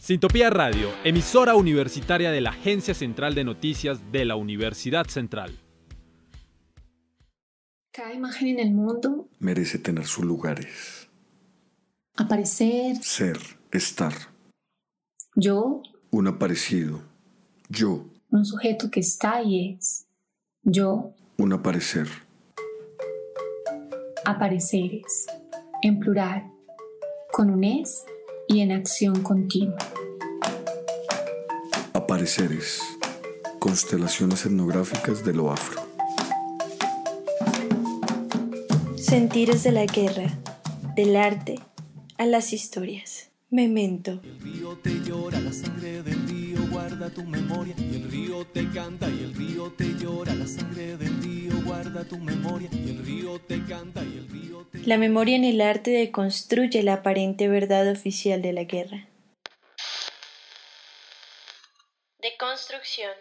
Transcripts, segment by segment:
Sintopía Radio, emisora universitaria de la Agencia Central de Noticias de la Universidad Central. Cada imagen en el mundo, merece tener sus lugares. aparecer, Ser, estar, yo, un aparecido. Yo, un sujeto que está y es. Yo, un aparecer. apareceres, en plural, con un es y en acción continua. Apareceres. Constelaciones etnográficas de lo afro. Sentires de la guerra, del arte, a las historias. Memento. El río te llora, la sangre del río guarda tu memoria. Y el río te canta, y el río te llora, la sangre del río guarda tu memoria. Y el río te canta, y el río te La memoria en el arte deconstruye la aparente verdad oficial de la guerra. Deconstrucción.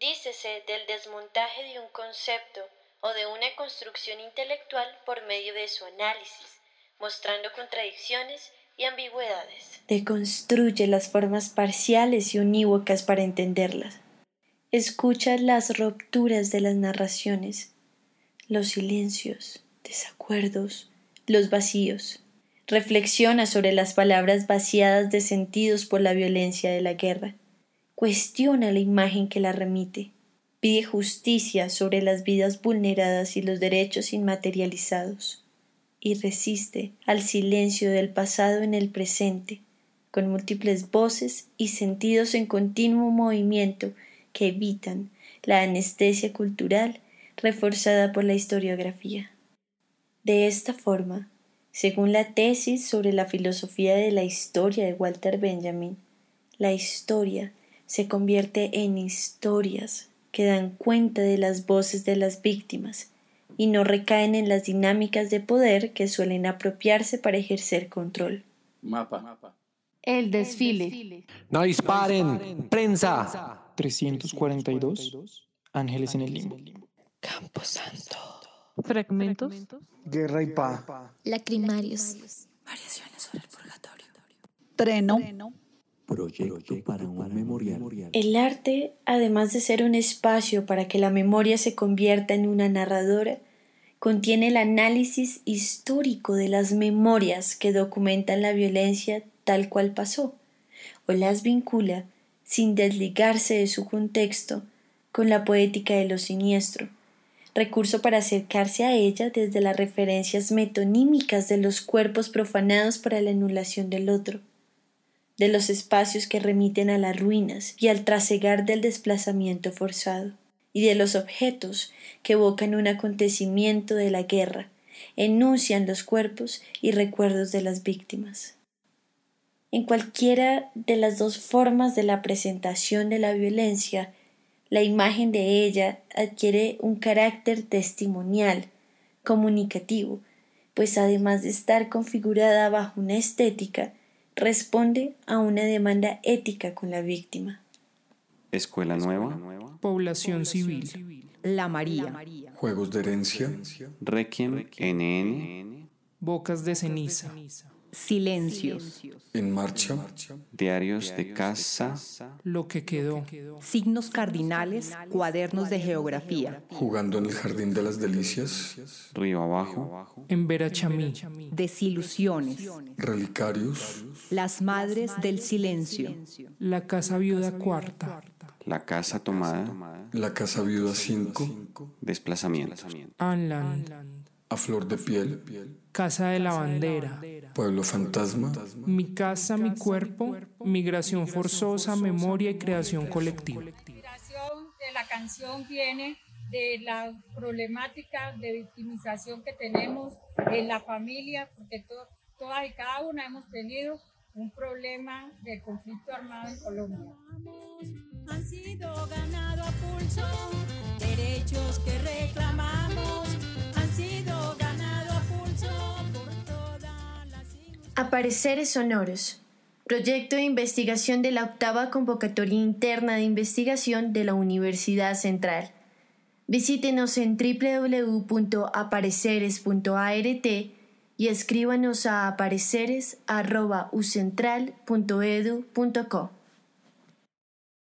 Dícese del desmontaje de un concepto o de una construcción intelectual por medio de su análisis, mostrando contradicciones y ambigüedades. Deconstruye las formas parciales y unívocas para entenderlas. Escucha las rupturas de las narraciones, los silencios, desacuerdos, los vacíos. Reflexiona sobre las palabras vaciadas de sentidos por la violencia de la guerra. Cuestiona la imagen que la remite. Pide justicia sobre las vidas vulneradas y los derechos inmaterializados. Y resiste al silencio del pasado en el presente, con múltiples voces y sentidos en continuo movimiento que evitan la anestesia cultural reforzada por la historiografía. De esta forma, según la tesis sobre la filosofía de la historia de Walter Benjamin, la historia se convierte en historias que dan cuenta de las voces de las víctimas y no recaen en las dinámicas de poder que suelen apropiarse para ejercer control. El desfile. No disparen, prensa. 342 Ángeles en el limbo. Camposanto. Fragmentos. Guerra y paz. Lacrimarios. Treno. Proyecto para un memorial. El arte, además de ser un espacio para que la memoria se convierta en una narradora, contiene el análisis histórico de las memorias que documentan la violencia tal cual pasó, o las vincula, sin desligarse de su contexto, con la poética de lo siniestro, recurso para acercarse a ella desde las referencias metonímicas de los cuerpos profanados para la anulación del otro de los espacios que remiten a las ruinas y al trasegar del desplazamiento forzado, y de los objetos que evocan un acontecimiento de la guerra, enuncian los cuerpos y recuerdos de las víctimas. En cualquiera de las dos formas de la presentación de la violencia, la imagen de ella adquiere un carácter testimonial, comunicativo, pues además de estar configurada bajo una estética, responde a una demanda ética con la víctima. Escuela Nueva, Población civil. La María. Juegos de herencia. Requiem, NN, Bocas de ceniza. Silencios. En marcha. Diarios de Casa, Lo que quedó. Signos cardinales, cuadernos de geografía. Jugando en el jardín de las delicias. Río Abajo, En Verachamí. Desilusiones. Relicarios. Las madres del silencio. La casa viuda cuarta. La Casa Tomada, La casa viuda 5. Desplazamientos, Anland. A flor de piel. Casa de la bandera. Pueblo fantasma. Mi casa, mi cuerpo. Migración forzosa, memoria y creación colectiva. inspiración de la canción viene de la problemática de victimización que tenemos en la familia, porque to- todas y cada una hemos tenido un problema de conflicto armado en Colombia. Han sido ganado a pulso, derechos que reclamamos, han sido ganado a pulso por todas las Apareceres sonoros. Proyecto de investigación de la octava convocatoria interna de investigación de la Universidad Central. Visítenos en www.apareceres.art y escríbanos a apareceres.ucentral.edu.co.